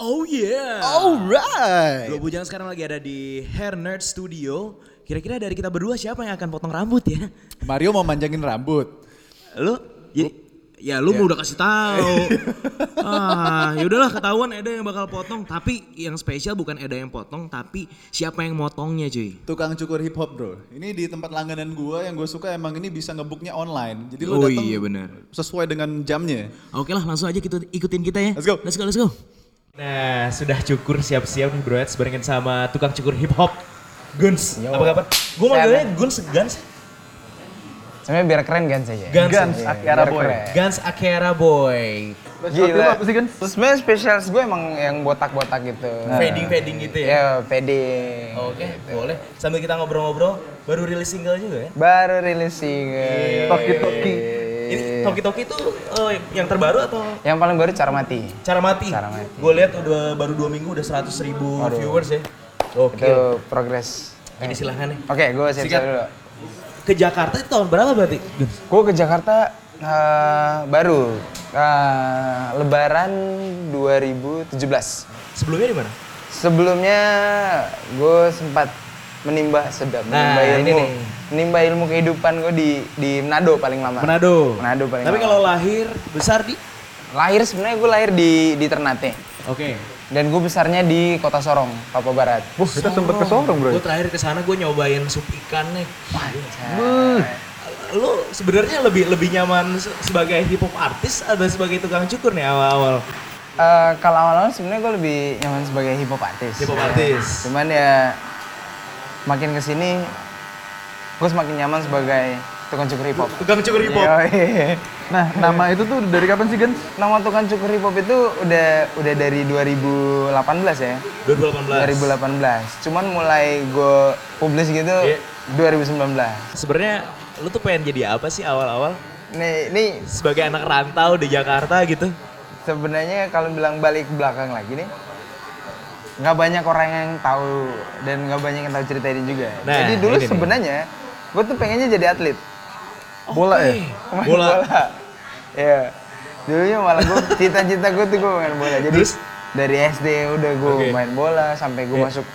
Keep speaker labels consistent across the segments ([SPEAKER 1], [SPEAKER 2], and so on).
[SPEAKER 1] Oh yeah.
[SPEAKER 2] Alright.
[SPEAKER 1] Dua Bujang sekarang lagi ada di Hair Nerd Studio. Kira-kira dari kita berdua siapa yang akan potong rambut ya?
[SPEAKER 2] Mario mau manjangin rambut.
[SPEAKER 1] Lu ya, ya lu mau udah kasih tahu. ah, ya udahlah ketahuan Eda yang bakal potong, tapi yang spesial bukan Eda yang potong, tapi siapa yang motongnya, cuy.
[SPEAKER 2] Tukang cukur hip hop bro. Ini di tempat langganan gua yang gue suka emang ini bisa ngebuknya online. Jadi lu
[SPEAKER 1] Oh
[SPEAKER 2] datang
[SPEAKER 1] iya, bener.
[SPEAKER 2] sesuai dengan jamnya.
[SPEAKER 1] Oke lah, langsung aja kita ikutin kita ya.
[SPEAKER 2] Let's go.
[SPEAKER 1] Let's go, let's go.
[SPEAKER 3] Nah, sudah cukur siap-siap nih bro, Eds, barengin sama tukang cukur hip hop Guns. Apa kabar? Gue manggilnya Guns Guns
[SPEAKER 4] Sebenarnya biar keren kan saja.
[SPEAKER 3] Guns, Guns,
[SPEAKER 5] Guns, Akiara
[SPEAKER 4] biar
[SPEAKER 5] Boy.
[SPEAKER 4] keren.
[SPEAKER 3] iya, Akera Boy.
[SPEAKER 4] Gila. Sebenarnya spesialis gue emang yang botak-botak gitu.
[SPEAKER 3] Fading fading gitu ya. Oh,
[SPEAKER 4] Ya, pede.
[SPEAKER 3] Oke, boleh. Sambil kita ngobrol-ngobrol, baru rilis single juga ya.
[SPEAKER 4] Baru
[SPEAKER 3] Iya.
[SPEAKER 4] rilis single.
[SPEAKER 5] Toki Toki.
[SPEAKER 3] Ini Toki Toki itu eh, yang terbaru atau
[SPEAKER 4] Yang paling baru cara mati.
[SPEAKER 3] cara mati?
[SPEAKER 4] Cara Mati.
[SPEAKER 3] Gue lihat udah baru dua minggu udah 100 ribu
[SPEAKER 4] Waduh.
[SPEAKER 3] viewers ya.
[SPEAKER 4] Itu
[SPEAKER 3] Oke.
[SPEAKER 4] progres.
[SPEAKER 3] Ini silahkan nih.
[SPEAKER 4] Oke, gue siap-siap
[SPEAKER 3] Sikat.
[SPEAKER 4] dulu.
[SPEAKER 3] Ke Jakarta itu tahun berapa berarti? Guns?
[SPEAKER 4] Gue ke Jakarta eh, baru eh, Lebaran 2017.
[SPEAKER 3] Sebelumnya di mana?
[SPEAKER 4] Sebelumnya gue sempat menimba sedap,
[SPEAKER 3] Nah,
[SPEAKER 4] menimba
[SPEAKER 3] ini
[SPEAKER 4] ilmu,
[SPEAKER 3] nih.
[SPEAKER 4] menimba ilmu kehidupan gue di di Manado paling lama.
[SPEAKER 3] Manado.
[SPEAKER 4] Manado paling
[SPEAKER 3] Tapi
[SPEAKER 4] lama.
[SPEAKER 3] kalau lahir besar di
[SPEAKER 4] Lahir sebenarnya gue lahir di di Ternate
[SPEAKER 3] Oke.
[SPEAKER 4] dan gue besarnya di Kota Sorong, Papua Barat.
[SPEAKER 5] Wah, kita sempet ke Sorong bro.
[SPEAKER 3] Gue terakhir ke sana gue nyobain sup ikan nih.
[SPEAKER 4] Nah,
[SPEAKER 3] Lo sebenarnya lebih lebih nyaman se- sebagai hip hop artis atau sebagai tukang cukur nih awal-awal?
[SPEAKER 4] eh, kalau awal-awal sebenarnya gue lebih nyaman sebagai hip hop artis.
[SPEAKER 3] Hip hop artis.
[SPEAKER 4] Cuman ya makin kesini gue semakin nyaman sebagai tukang cukur hip hop.
[SPEAKER 3] Tukang cukur hip hop.
[SPEAKER 4] Yoi.
[SPEAKER 5] Nah, nama itu tuh dari kapan sih Gens?
[SPEAKER 4] Nama tukang cukur hip hop itu udah udah dari 2018 ya.
[SPEAKER 3] 2018.
[SPEAKER 4] 2018. Cuman mulai gue publish gitu
[SPEAKER 3] Iya.
[SPEAKER 4] 2019.
[SPEAKER 3] Sebenarnya lo tuh pengen jadi apa sih awal-awal?
[SPEAKER 4] Nih, ini
[SPEAKER 3] Sebagai anak rantau di Jakarta gitu.
[SPEAKER 4] sebenarnya kalau bilang balik ke belakang lagi nih, nggak banyak orang yang tahu dan nggak banyak yang tahu cerita ini juga.
[SPEAKER 3] Nah,
[SPEAKER 4] Jadi dulu
[SPEAKER 3] ini nih.
[SPEAKER 4] sebenarnya gue tuh pengennya jadi atlet.
[SPEAKER 5] Bola ya?
[SPEAKER 4] Main
[SPEAKER 3] Bola.
[SPEAKER 4] Iya. Dulunya malah gue cita-cita gue tuh gue main bola. Jadi
[SPEAKER 3] Terus?
[SPEAKER 4] dari SD udah gue
[SPEAKER 3] Oke. Iya.
[SPEAKER 4] main bola sampai gue masuk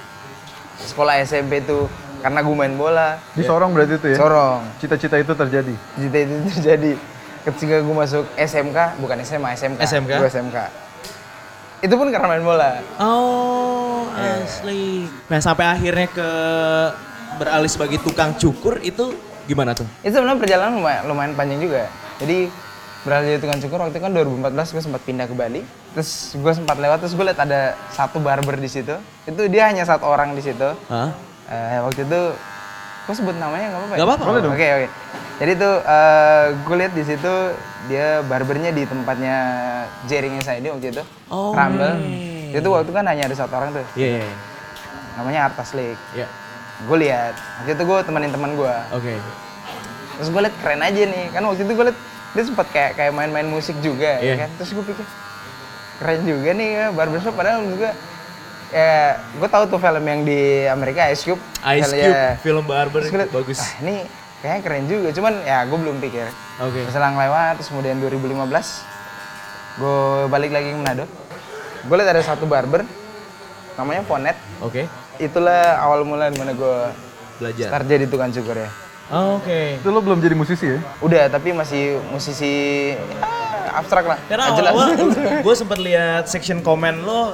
[SPEAKER 4] sekolah SMP tuh karena gue main bola.
[SPEAKER 3] Gitu
[SPEAKER 5] Di Sorong berarti itu ya?
[SPEAKER 4] Sorong.
[SPEAKER 5] Cita-cita itu terjadi.
[SPEAKER 4] Cita itu terjadi ketika gue masuk SMK, bukan SMA, SMK.
[SPEAKER 3] SMK?
[SPEAKER 4] Gue SMK. Itu pun karena main bola.
[SPEAKER 3] Oh, asli. Nah, sampai akhirnya ke beralih sebagai tukang cukur itu gimana tuh?
[SPEAKER 4] Itu sebenarnya perjalanan lumayan, lumayan panjang juga. Jadi beralih dari tukang cukur waktu itu kan 2014 gue sempat pindah ke Bali. Terus gue sempat lewat terus gue liat ada satu barber di situ. Itu dia hanya satu orang di situ.
[SPEAKER 3] Hah?
[SPEAKER 4] Eh, waktu itu gue sebut namanya nggak apa-apa ya?
[SPEAKER 3] Nggak apa-apa. Boleh
[SPEAKER 4] oke oke jadi tuh eh, gue lihat di situ dia barbernya di tempatnya jaringnya saya ini waktu itu
[SPEAKER 3] Oh,
[SPEAKER 4] Rumble
[SPEAKER 3] hey.
[SPEAKER 4] itu waktu kan hanya ada satu orang tuh
[SPEAKER 3] Iya, iya,
[SPEAKER 4] namanya Artas Lake
[SPEAKER 3] iya.
[SPEAKER 4] gue lihat waktu itu gue temenin teman gue
[SPEAKER 3] Oke.
[SPEAKER 4] terus gue liat keren aja nih kan waktu itu gue liat dia sempat kayak kayak main-main musik juga ya
[SPEAKER 3] Iya.
[SPEAKER 4] kan terus gue pikir keren juga nih ya barbershop padahal juga ya gue tahu tuh film yang di Amerika Ice Cube
[SPEAKER 3] Ice
[SPEAKER 4] Film-
[SPEAKER 3] Cube,
[SPEAKER 4] ya.
[SPEAKER 3] film barber
[SPEAKER 4] Terus gue liat,
[SPEAKER 3] bagus.
[SPEAKER 4] "Ah, ini kayaknya keren juga cuman ya gue belum pikir
[SPEAKER 3] Oke.
[SPEAKER 4] selang lewat terus kemudian 2015 gue balik lagi ke Manado gue liat ada satu barber namanya Ponet
[SPEAKER 3] Oke.
[SPEAKER 4] itulah awal mula dimana gue
[SPEAKER 3] Belajar.
[SPEAKER 4] start jadi tukang cukur ya
[SPEAKER 3] Oh, Oke.
[SPEAKER 5] Itu lo belum jadi musisi ya?
[SPEAKER 4] Udah, tapi masih musisi ya, abstrak lah.
[SPEAKER 3] Karena
[SPEAKER 4] Nggak jelas.
[SPEAKER 3] awal gue sempat lihat section komen lo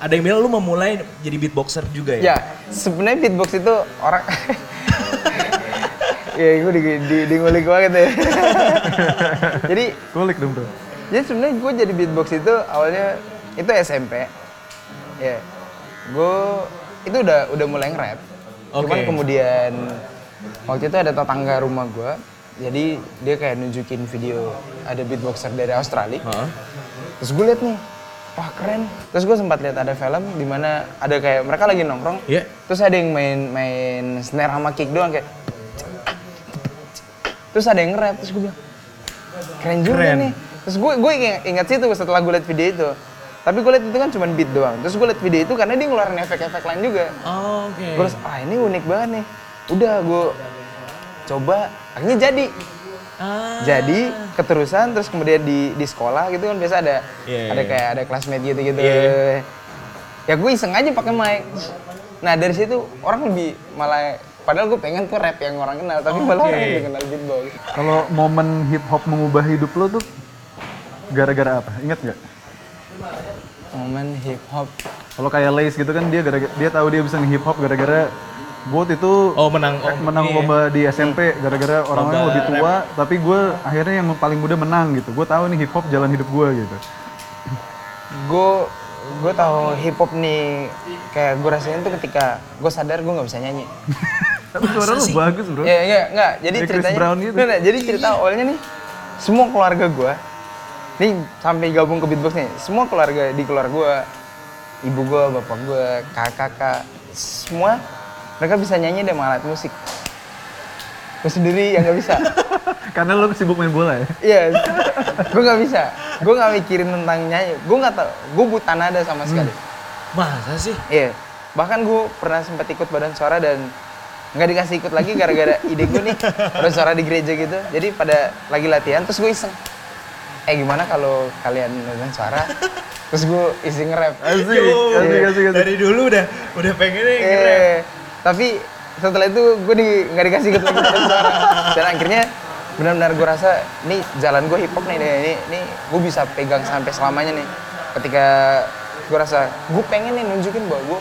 [SPEAKER 3] ada yang bilang lo memulai jadi beatboxer juga ya.
[SPEAKER 4] ya, sebenarnya beatbox itu orang ya gue di, di, di ngulik banget ya. jadi,
[SPEAKER 5] Kulik dong bro.
[SPEAKER 4] jadi sebenarnya gue jadi beatbox itu awalnya itu SMP. Ya. Gue itu udah udah mulai nge-rap. Cuman
[SPEAKER 3] Oke.
[SPEAKER 4] kemudian waktu itu ada tetangga rumah gue jadi dia kayak nunjukin video ada beatboxer dari Australia.
[SPEAKER 3] Hah?
[SPEAKER 4] Terus gue liat nih, wah keren. Terus gue sempat lihat ada film di mana ada kayak mereka lagi nongkrong.
[SPEAKER 3] Iya.
[SPEAKER 4] Terus ada yang main main snare sama kick doang kayak. Terus ada yang rap, terus gue bilang, keren juga
[SPEAKER 3] Keren.
[SPEAKER 4] nih. Terus gue gue ingat, ingat situ setelah gue liat video itu. Tapi gue liat itu kan cuma beat doang. Terus gue liat video itu karena dia ngeluarin efek-efek lain juga.
[SPEAKER 3] Oh, Oke.
[SPEAKER 4] Gue rasa, ah ini unik banget nih. Udah gue coba, akhirnya jadi. Jadi keterusan terus kemudian di di sekolah gitu kan biasa ada
[SPEAKER 3] Iya,
[SPEAKER 4] ada
[SPEAKER 3] iya.
[SPEAKER 4] kayak ada classmate gitu-gitu.
[SPEAKER 3] Iya.
[SPEAKER 4] Ya gue iseng aja pakai mic. Nah dari situ orang lebih malah padahal gue pengen tuh rap yang orang kenal
[SPEAKER 3] Oh,
[SPEAKER 4] tapi malah orang yang kenal beatbox.
[SPEAKER 5] Kalau momen hip hop mengubah hidup lo tuh gara-gara apa? Ingat nggak?
[SPEAKER 4] Momen hip hop.
[SPEAKER 5] Kalau kayak Lace gitu kan dia gara dia tahu dia bisa nge-hip hop gara-gara buat itu
[SPEAKER 3] Oh menang.
[SPEAKER 5] eh, menang
[SPEAKER 3] iya.
[SPEAKER 5] lomba di
[SPEAKER 1] Hmm.
[SPEAKER 5] SMP gara-gara orang yang
[SPEAKER 3] Lomba
[SPEAKER 5] lebih tua tapi gue akhirnya yang paling muda menang gitu. Gue tahu nih hip hop jalan hidup gue gitu.
[SPEAKER 4] Gue gue tahu hip hop nih kayak gue rasain tuh ketika gue sadar gue nggak bisa nyanyi.
[SPEAKER 5] Tapi suara lu bagus bro.
[SPEAKER 4] Iya, enggak, enggak. Jadi
[SPEAKER 5] Kayak Chris
[SPEAKER 4] ceritanya
[SPEAKER 5] Brown gitu.
[SPEAKER 4] Enggak, enggak. Jadi cerita awalnya nih semua keluarga gua nih sampai gabung ke beatbox nih. Semua keluarga di keluarga gua, ibu gua, bapak gua, kakak-kakak, semua mereka bisa nyanyi dan alat musik. Gue sendiri yang nggak bisa.
[SPEAKER 5] Karena lo sibuk main bola ya.
[SPEAKER 4] Iya, gue nggak bisa. Gue nggak mikirin tentang nyanyi. Gue nggak tau. Gue buta nada sama sekali.
[SPEAKER 3] Masa sih?
[SPEAKER 4] Iya. Bahkan gue pernah sempat ikut badan suara dan nggak dikasih ikut lagi gara-gara ide gue nih badan suara di gereja gitu. Jadi pada lagi latihan terus gue iseng. Eh gimana kalau kalian badan suara? terus gue iseng Iya. rap.
[SPEAKER 5] Asik,
[SPEAKER 3] Yo,
[SPEAKER 5] asik, asik, asik.
[SPEAKER 3] Dari dulu udah udah pengennya nge-rap.
[SPEAKER 4] Eh, tapi setelah itu gue di, nggak dikasih ikut lagi badan suara. Dan akhirnya benar-benar gue rasa nih jalan gue hip hop nih, nih, nih, nih gue bisa pegang sampai selamanya nih. Ketika gue rasa gue pengen nih nunjukin bahwa gue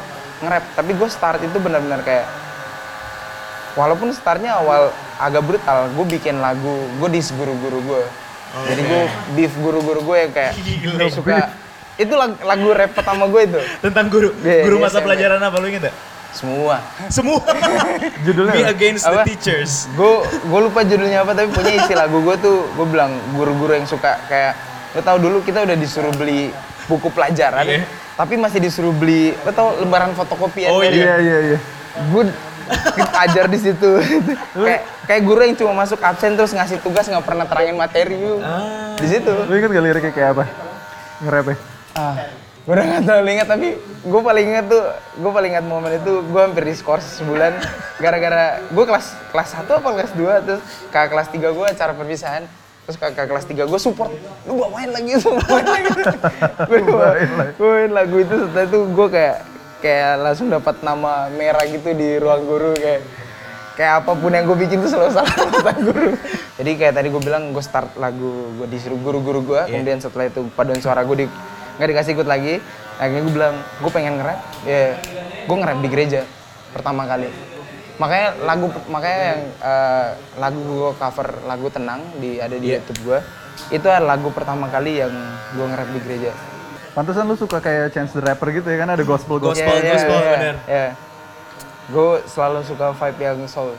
[SPEAKER 4] nge-rap, tapi gue start itu benar-benar kayak walaupun startnya awal agak brutal, gue bikin lagu, gue dis guru-guru gue. Jadi gue beef guru-guru gue yang kayak
[SPEAKER 3] Gila.
[SPEAKER 4] suka itu lagu, lagu rap pertama gue itu
[SPEAKER 3] Tentang guru,
[SPEAKER 4] Iya,
[SPEAKER 3] guru
[SPEAKER 4] iya,
[SPEAKER 3] masa
[SPEAKER 4] SMP.
[SPEAKER 3] pelajaran apa lu inget gak?
[SPEAKER 4] semua
[SPEAKER 3] Semua.
[SPEAKER 5] Judulnya
[SPEAKER 3] Be
[SPEAKER 5] apa?
[SPEAKER 3] against
[SPEAKER 4] Apa?
[SPEAKER 3] the teachers.
[SPEAKER 4] gue gue lupa judulnya apa tapi punya isi lagu gue tuh gue bilang guru-guru yang suka kayak lo tau dulu kita udah disuruh beli buku pelajaran
[SPEAKER 3] Iya.
[SPEAKER 4] tapi masih disuruh beli lo tau lembaran fotokopian
[SPEAKER 3] Oh,
[SPEAKER 4] dari-
[SPEAKER 5] Iya iya iya.
[SPEAKER 4] gue ajar di situ kayak kayak guru yang cuma masuk absen terus ngasih tugas nggak pernah terangin materi
[SPEAKER 3] Ah.
[SPEAKER 4] di situ
[SPEAKER 5] Lo inget gak liriknya kayak apa? Nge-rap ya?
[SPEAKER 4] ah gue udah nggak terlalu ingat tapi gue paling ingat tuh gue paling ingat momen itu gue hampir diskors sebulan gara-gara gue kelas kelas satu apa kelas 2 terus kakak kelas 3 gue acara perpisahan terus kakak kelas 3 gue support lu bawain lagi lu bawain lagi gue bawain, bawain lagu itu setelah itu gue kayak kayak langsung dapat nama merah gitu di ruang guru kayak kayak apapun yang gue bikin tuh selalu salah tentang guru. Jadi kayak tadi gue bilang gue start lagu gue disuruh guru-guru gue, kemudian setelah itu paduan suara gue di nggak dikasih ikut lagi. Akhirnya gue bilang gue pengen nge-rap, ya gue nge-rap di gereja pertama kali. Makanya lagu makanya yang eh, lagu gue cover lagu tenang di ada di YouTube gue itu adalah lagu pertama kali yang gue nge-rap di gereja.
[SPEAKER 5] Pantesan lu suka kayak Chance the Rapper gitu ya kan ada gospel gospel.
[SPEAKER 3] Gospel,
[SPEAKER 4] Iya,
[SPEAKER 3] gospel, bener.
[SPEAKER 4] Gue iya. selalu suka vibe yang soul.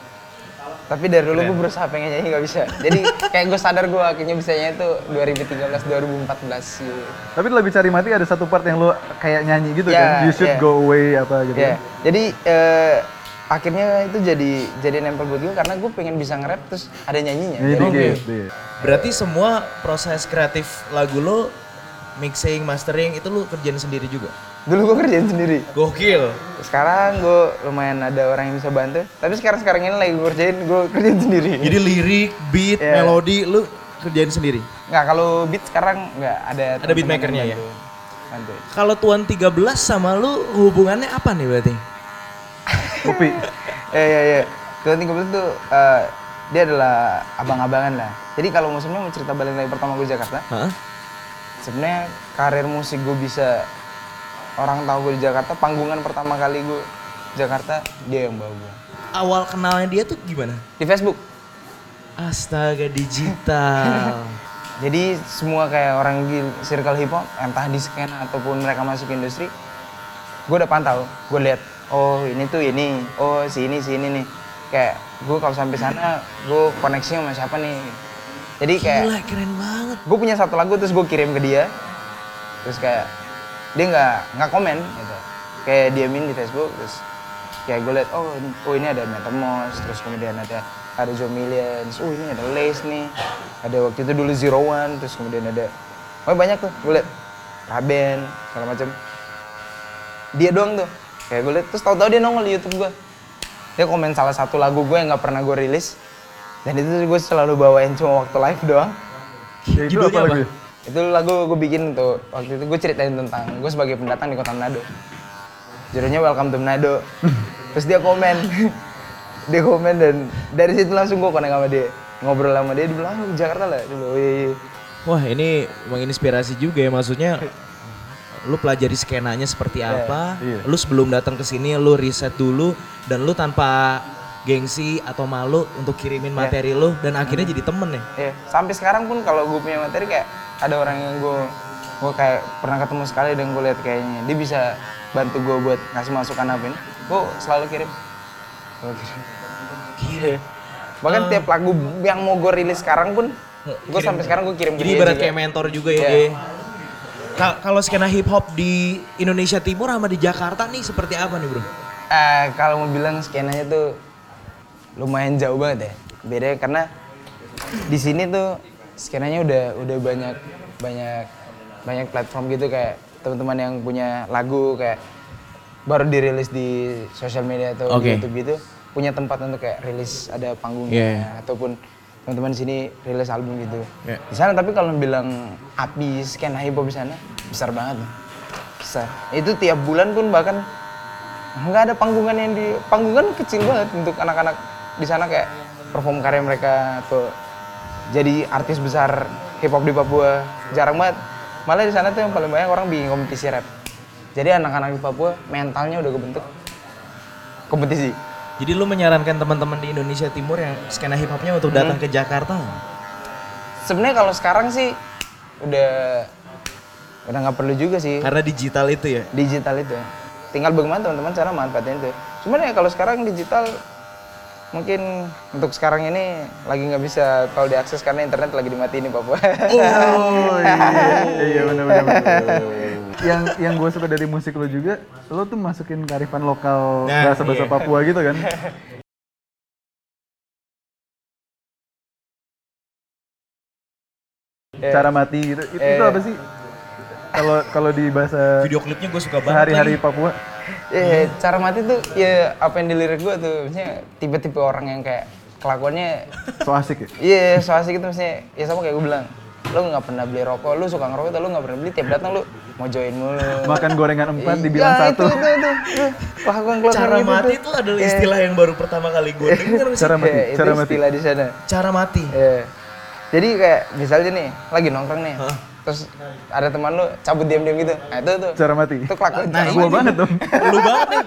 [SPEAKER 4] Tapi dari dulu gue berusaha pengen nyanyi nggak bisa. Jadi kayak gue sadar gue akhirnya bisanya itu 2013 2014 gitu.
[SPEAKER 5] Tapi lagu Cari Mati ada satu part yang lu kayak nyanyi gitu
[SPEAKER 4] Iya,
[SPEAKER 5] kan. You should
[SPEAKER 4] iya.
[SPEAKER 5] go away apa gitu.
[SPEAKER 4] Ya.
[SPEAKER 5] kan.
[SPEAKER 4] Jadi eh, akhirnya itu jadi jadi nempel buat gue karena gue pengen bisa nge-rap terus ada nyanyinya.
[SPEAKER 3] Iya,
[SPEAKER 5] Nyanyi
[SPEAKER 4] Jadi-
[SPEAKER 5] dikit. dikit.
[SPEAKER 3] Berarti semua proses kreatif lagu lo, mixing, mastering itu lo kerjain sendiri juga?
[SPEAKER 4] Dulu gue kerjain sendiri.
[SPEAKER 3] Gokil.
[SPEAKER 4] Sekarang gue lumayan ada orang yang bisa bantu. Tapi sekarang sekarang ini lagi gue kerjain gue kerjain sendiri.
[SPEAKER 3] Jadi lirik, beat,
[SPEAKER 4] Iya.
[SPEAKER 3] melodi lo kerjain sendiri?
[SPEAKER 4] Nggak kalau beat sekarang nggak ada.
[SPEAKER 3] Ada
[SPEAKER 4] teman-teman
[SPEAKER 3] beatmakernya
[SPEAKER 4] yang
[SPEAKER 3] ya?
[SPEAKER 4] bantu. Bantu.
[SPEAKER 3] Kalau Tuan 13 sama lu hubungannya apa nih berarti?
[SPEAKER 5] Kopi.
[SPEAKER 4] ya ya ya Tuhan Tiga Belas tuh eh, dia adalah abang-abangan lah jadi kalau musimnya mau cerita balik lagi pertama gue di Jakarta
[SPEAKER 3] Hah?
[SPEAKER 4] sebenarnya karir musik gue bisa orang tahu gue di Jakarta panggungan pertama kali gue di Jakarta dia yang bawa gue
[SPEAKER 3] Awal kenalnya dia tuh gimana?
[SPEAKER 4] di Facebook
[SPEAKER 3] Astaga digital.
[SPEAKER 4] jadi semua kayak orang di circle hip hop entah di skena ataupun mereka masuk industri gue udah pantau gue lihat oh ini tuh ini oh si ini si ini nih kayak gue kalau sampai sana gue koneksinya sama siapa nih jadi kayak
[SPEAKER 3] Gila keren banget.
[SPEAKER 4] gue punya satu lagu terus gue kirim ke dia terus kayak dia nggak nggak komen gitu kayak diamin di Facebook terus kayak gue liat oh ini, oh ini ada Metamos terus kemudian ada ada Joe Millions oh ini ada Lace nih ada waktu itu dulu Zero One terus kemudian ada oh banyak tuh gue liat Raben segala macam dia doang tuh kayak gue liat terus tau-tau dia nongol di YouTube gue dia komen salah satu lagu gue yang nggak pernah gue rilis Dan itu gue selalu bawain cuma waktu live doang.
[SPEAKER 5] Ya, itu
[SPEAKER 3] Judulnya
[SPEAKER 5] apa
[SPEAKER 3] apa?
[SPEAKER 5] lagi?
[SPEAKER 4] Itu lagu gue bikin tuh. Waktu itu gue ceritain tentang gue sebagai pendatang di kota Manado. Judulnya Welcome to Manado. Terus dia komen. dia komen dan dari situ langsung gue connect sama dia. Ngobrol sama dia, dia bilang, "Ah, lu ke Jakarta lah. Dulu, iya, iya.
[SPEAKER 3] Wah ini menginspirasi juga ya maksudnya lu pelajari skenanya seperti apa, lu sebelum datang ke sini lu riset dulu dan lu tanpa gengsi atau malu untuk kirimin materi lu dan akhirnya jadi temen ya.
[SPEAKER 4] Iya, sampai sekarang pun kalau gue punya materi kayak ada orang yang gue gue kayak pernah ketemu sekali dan gue lihat kayaknya dia bisa bantu gue buat ngasih masukan apa ini. Gue selalu kirim. Selalu kirim. Iya. Bahkan tiap lagu yang mau gue rilis sekarang pun gue sampai sekarang gue kirim ke
[SPEAKER 3] Jadi
[SPEAKER 4] dia
[SPEAKER 3] ibarat
[SPEAKER 4] juga.
[SPEAKER 3] kayak mentor juga ya.
[SPEAKER 4] Iya.
[SPEAKER 3] Ge. Ka- Kalau skena hip hop di Indonesia Timur sama di Jakarta nih seperti apa nih bro?
[SPEAKER 4] Eh, kalau mau bilang skenanya tuh lumayan jauh banget ya. Bedanya karena di sini tuh skenanya udah udah banyak banyak banyak platform gitu kayak teman-teman yang punya lagu kayak baru dirilis di sosial media atau
[SPEAKER 3] Oke.
[SPEAKER 4] di YouTube gitu punya tempat untuk kayak rilis ada panggung
[SPEAKER 3] Iya.
[SPEAKER 4] ataupun teman-teman di sini rilis album gitu. Di sana tapi kalau bilang api skena hip hop di sana besar banget. Besar. Itu tiap bulan pun bahkan nggak ada panggungan yang di panggungan kecil banget untuk anak-anak di sana kayak perform karya mereka atau jadi artis besar hip hop di Papua jarang banget malah di sana tuh yang paling banyak orang bikin kompetisi rap jadi anak-anak di Papua mentalnya udah kebentuk kompetisi
[SPEAKER 3] Jadi lu menyarankan teman-teman di Indonesia Timur yang skena hip hopnya
[SPEAKER 4] Hmm.
[SPEAKER 3] untuk datang ke Jakarta?
[SPEAKER 4] sebenarnya kalau sekarang sih udah udah nggak perlu juga sih
[SPEAKER 3] Karena digital itu ya.
[SPEAKER 4] digital itu tinggal bagaimana teman-teman cara manfaatin itu cuman ya kalau sekarang digital mungkin untuk sekarang ini lagi nggak bisa kalau diakses karena internet lagi dimatiin di Papua
[SPEAKER 5] Oh iya, iya benar benar. yang yang gue suka dari musik lo juga, lo tuh masukin kearifan lokal
[SPEAKER 3] Nah,
[SPEAKER 5] bahasa bahasa
[SPEAKER 3] iya.
[SPEAKER 5] Papua gitu kan?
[SPEAKER 4] Eh.
[SPEAKER 5] Cara mati gitu, itu, itu apa sih? Kalau kalau di bahasa
[SPEAKER 3] Video klipnya gue suka banget.
[SPEAKER 5] sehari-hari Papua,
[SPEAKER 4] ya cara mati tuh ya apa yang di lirik gue tuh maksudnya tipe-tipe orang yang kayak kelakuannya
[SPEAKER 5] so asik ya.
[SPEAKER 4] iya so asik gitu maksudnya ya sama kayak gue bilang lo nggak pernah beli rokok lo suka ngerokok tapi lo nggak pernah beli tiap datang lo mau join mulu
[SPEAKER 5] Makan gorengan empat dibilang
[SPEAKER 4] Ya,
[SPEAKER 5] satu.
[SPEAKER 4] itu, itu, itu, itu. Wah, gua
[SPEAKER 3] lagi.
[SPEAKER 4] ngeluarin
[SPEAKER 3] Cara
[SPEAKER 4] gitu
[SPEAKER 3] mati
[SPEAKER 4] tuh.
[SPEAKER 3] itu adalah istilah yang baru pertama kali gue denger sih.
[SPEAKER 5] Cara mati,
[SPEAKER 4] Ya, itu
[SPEAKER 5] cara mati.
[SPEAKER 4] istilah di sana.
[SPEAKER 3] Cara mati.
[SPEAKER 4] Iya. Jadi kayak misalnya nih, lagi nongkrong nih.
[SPEAKER 3] Hah?
[SPEAKER 4] Terus ada teman lu cabut diam-diam gitu. Nah, itu tuh.
[SPEAKER 5] Cara mati.
[SPEAKER 4] Itu kan kelakuan
[SPEAKER 3] Nah,
[SPEAKER 4] cara
[SPEAKER 5] Gua
[SPEAKER 4] mati.
[SPEAKER 5] banget dong.
[SPEAKER 3] Lu banget nih.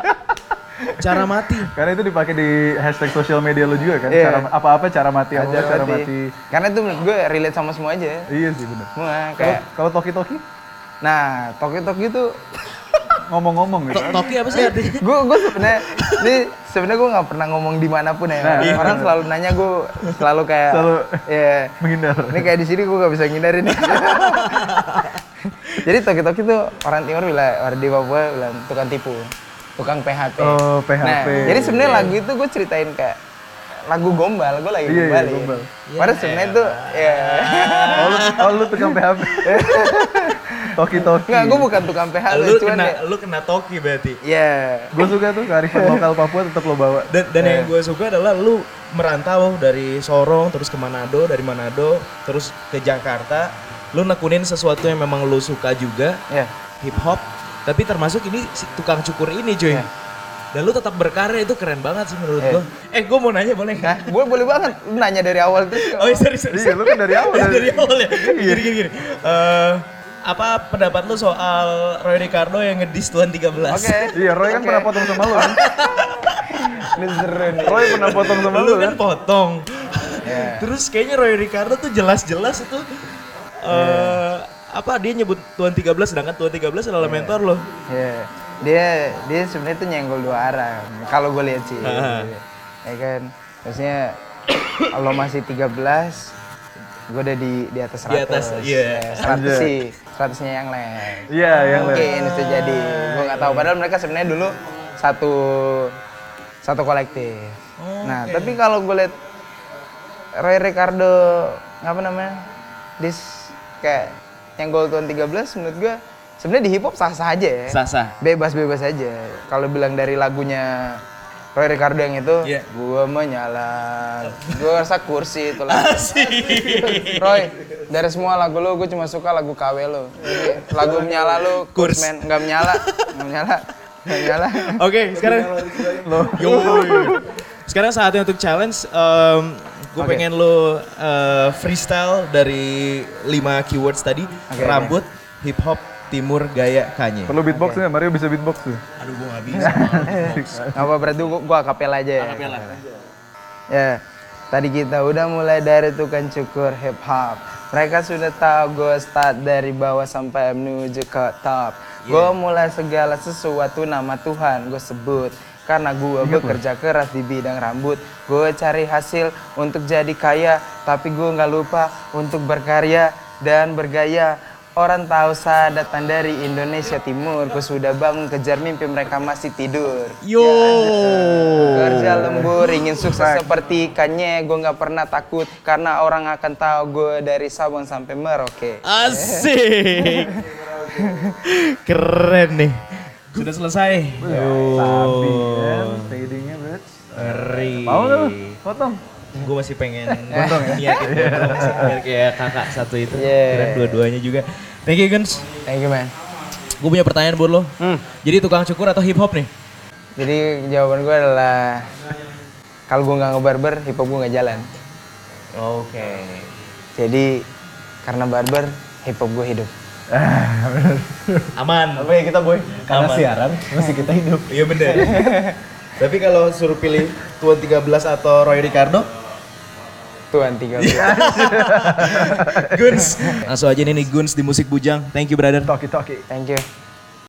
[SPEAKER 3] Cara mati.
[SPEAKER 5] Karena itu dipakai di hashtag sosial media lo juga kan?
[SPEAKER 4] Iya.
[SPEAKER 5] Cara apa-apa cara mati, apa
[SPEAKER 4] Cara
[SPEAKER 5] cara
[SPEAKER 4] mati.
[SPEAKER 5] mati.
[SPEAKER 4] Karena itu menurut gue relate sama semua aja.
[SPEAKER 5] Iya sih benar.
[SPEAKER 4] Semua kayak
[SPEAKER 5] Kayak kalau toki-toki
[SPEAKER 4] nah, toki-toki tuh
[SPEAKER 5] ngomong-ngomong gitu.
[SPEAKER 3] Toki apa sih artinya?
[SPEAKER 4] gue gue sebenarnya ini sebenarnya gue nggak pernah ngomong dimanapun ya
[SPEAKER 5] Nah,
[SPEAKER 4] orang selalu nanya gue selalu kayak
[SPEAKER 5] Selalu-
[SPEAKER 4] ya
[SPEAKER 5] Menghindar.
[SPEAKER 4] ini kayak di sini gue nggak bisa ngindarin jadi toki toki tuh orang timur bilang orang di Papua bilang tukang tipu tukang PHP
[SPEAKER 5] Oh, PHP.
[SPEAKER 4] nah jadi sebenarnya lagu itu gue ceritain kayak lagu gombal gue lagi
[SPEAKER 5] Iya, iya,
[SPEAKER 4] gombal, ya.
[SPEAKER 5] gombal. Iya.
[SPEAKER 4] Padahal sebenarnya tuh ya
[SPEAKER 5] Oh lu, oh, lu tukang PHP. Toki-toki.
[SPEAKER 4] nggak gue bukan tukang PHP
[SPEAKER 3] Lu
[SPEAKER 4] cuman
[SPEAKER 3] kena
[SPEAKER 4] ya,
[SPEAKER 3] lu kena toki berarti.
[SPEAKER 4] ya
[SPEAKER 5] Gue suka tuh kearifan lokal Papua tetap lo bawa.
[SPEAKER 3] Dan, dan
[SPEAKER 5] Eh.
[SPEAKER 3] yang gue suka adalah lu merantau dari Sorong terus ke Manado, dari Manado terus ke Jakarta. Lu nekunin sesuatu yang memang lu suka juga,
[SPEAKER 4] ya
[SPEAKER 5] Iya.
[SPEAKER 3] hip hop. Tapi termasuk ini si tukang cukur ini cuy.
[SPEAKER 5] Eh.
[SPEAKER 3] Dan lu tetap berkarya itu keren banget sih menurut gua. Eh gua mau nanya boleh nggak?
[SPEAKER 4] Nah, gue boleh banget lu nanya dari awal terus
[SPEAKER 3] Oh iya, sorry sorry.
[SPEAKER 5] Iya, lu kan dari Iya. awal.
[SPEAKER 3] Dari, dari awal ya. Gini gini gini. Eh, apa pendapat lu soal Roy Ricardo yang ngedis Tuan 13?
[SPEAKER 4] Oke.
[SPEAKER 5] Iya, Roy kan
[SPEAKER 4] Oke.
[SPEAKER 5] pernah potong sama lu kan?
[SPEAKER 4] Ini seru nih.
[SPEAKER 5] Roy pernah potong sama lu
[SPEAKER 3] Lu
[SPEAKER 5] kan?
[SPEAKER 3] kan potong.
[SPEAKER 4] Iya.
[SPEAKER 3] Terus kayaknya Roy Ricardo tuh jelas-jelas itu
[SPEAKER 4] Iya.
[SPEAKER 3] eh apa dia nyebut Tuan 13 sedangkan Tuan 13 adalah mentor lo.
[SPEAKER 4] Iya. Dia dia sebenarnya tuh nyenggol dua arah. Kalau gue lihat sih.
[SPEAKER 3] Ah.
[SPEAKER 4] ya kan. Maksudnya kalau masih 13 gue udah di di atas 100.
[SPEAKER 3] Di atas, iya.
[SPEAKER 4] Ya, 100
[SPEAKER 5] Anjay.
[SPEAKER 4] sih. 100-nya yang lain.
[SPEAKER 5] Iya, yang lain.
[SPEAKER 4] Mungkin itu jadi. Gue nggak tahu padahal mereka sebenarnya dulu satu satu kolektif. Nah, tapi kalau gue lihat Roy Ricardo apa namanya? Dis kayak yang gol tuan 13 menurut gue sebenarnya di hip hop sah-sah aja ya.
[SPEAKER 3] Sasa.
[SPEAKER 4] Bebas-bebas aja. Kalau bilang dari lagunya Roy Ricardo yang itu, gua menyala. Gua rasa kursi itu lagu. Roy, dari semua lagu lu, gua cuma suka lagu KW lu. Jadi, Lagu menyala lu,
[SPEAKER 3] Kurs.
[SPEAKER 4] Kursman, nggak menyala, nggak menyala, nggak menyala.
[SPEAKER 3] Oke, sekarang Yoi. Sekarang saatnya untuk challenge. gue
[SPEAKER 4] Oke.
[SPEAKER 3] pengen lo eh, freestyle dari 5 keywords tadi.
[SPEAKER 4] Oke,
[SPEAKER 3] Rambut, hip hop, timur, gaya, kanye.
[SPEAKER 5] Perlu beatbox nggak? Mario bisa beatbox tuh.
[SPEAKER 3] Aduh, gue gak bisa. malah beatbox.
[SPEAKER 4] Nggak apa berarti gua, gua akapela aja ya. Ya, tadi kita udah mulai dari tukang cukur hip hop. Mereka sudah tahu gue start dari bawah sampai menuju ke top. Gue mulai segala sesuatu nama Tuhan gue sebut. Karena gue bekerja keras di bidang rambut. Gue cari hasil untuk jadi kaya. Tapi gue nggak lupa untuk berkarya dan bergaya. Orang tahu saya datang dari Indonesia Timur. Gue sudah bangun kejar mimpi mereka masih tidur.
[SPEAKER 3] Yo.
[SPEAKER 4] Kerja lembur, ingin sukses seperti Kanye, gue nggak pernah takut karena orang akan tahu gue dari Sabang sampai Merauke.
[SPEAKER 3] Asik. Keren nih. Sudah selesai.
[SPEAKER 5] Sabi kan, fadingnya bet.
[SPEAKER 3] Ngeri.
[SPEAKER 5] Mau nggak lu? Potong.
[SPEAKER 3] gue masih pengen potong ya biar kayak kakak satu itu
[SPEAKER 4] Yeah.
[SPEAKER 3] keren dua-duanya juga thank you guys
[SPEAKER 4] Thank you man.
[SPEAKER 3] gue punya pertanyaan buat lo
[SPEAKER 2] Hmm.
[SPEAKER 3] jadi tukang cukur atau hip hop nih
[SPEAKER 4] Jadi jawaban gue adalah kalau gue nggak ngebarber, hip hop gue nggak jalan.
[SPEAKER 3] oke
[SPEAKER 4] Hmm. Jadi karena barber, hip hop gue hidup.
[SPEAKER 3] aman
[SPEAKER 2] Apa ya kita boy? Karena
[SPEAKER 3] Aman.
[SPEAKER 2] siaran masih kita hidup.
[SPEAKER 3] iya bener tapi kalau suruh pilih tuan 13 atau Roy Ricardo
[SPEAKER 4] Tuan tiga belas.
[SPEAKER 3] Guns langsung aja nih nih Guns di musik bujang thank you brother
[SPEAKER 5] Toki toki.
[SPEAKER 4] Thank you.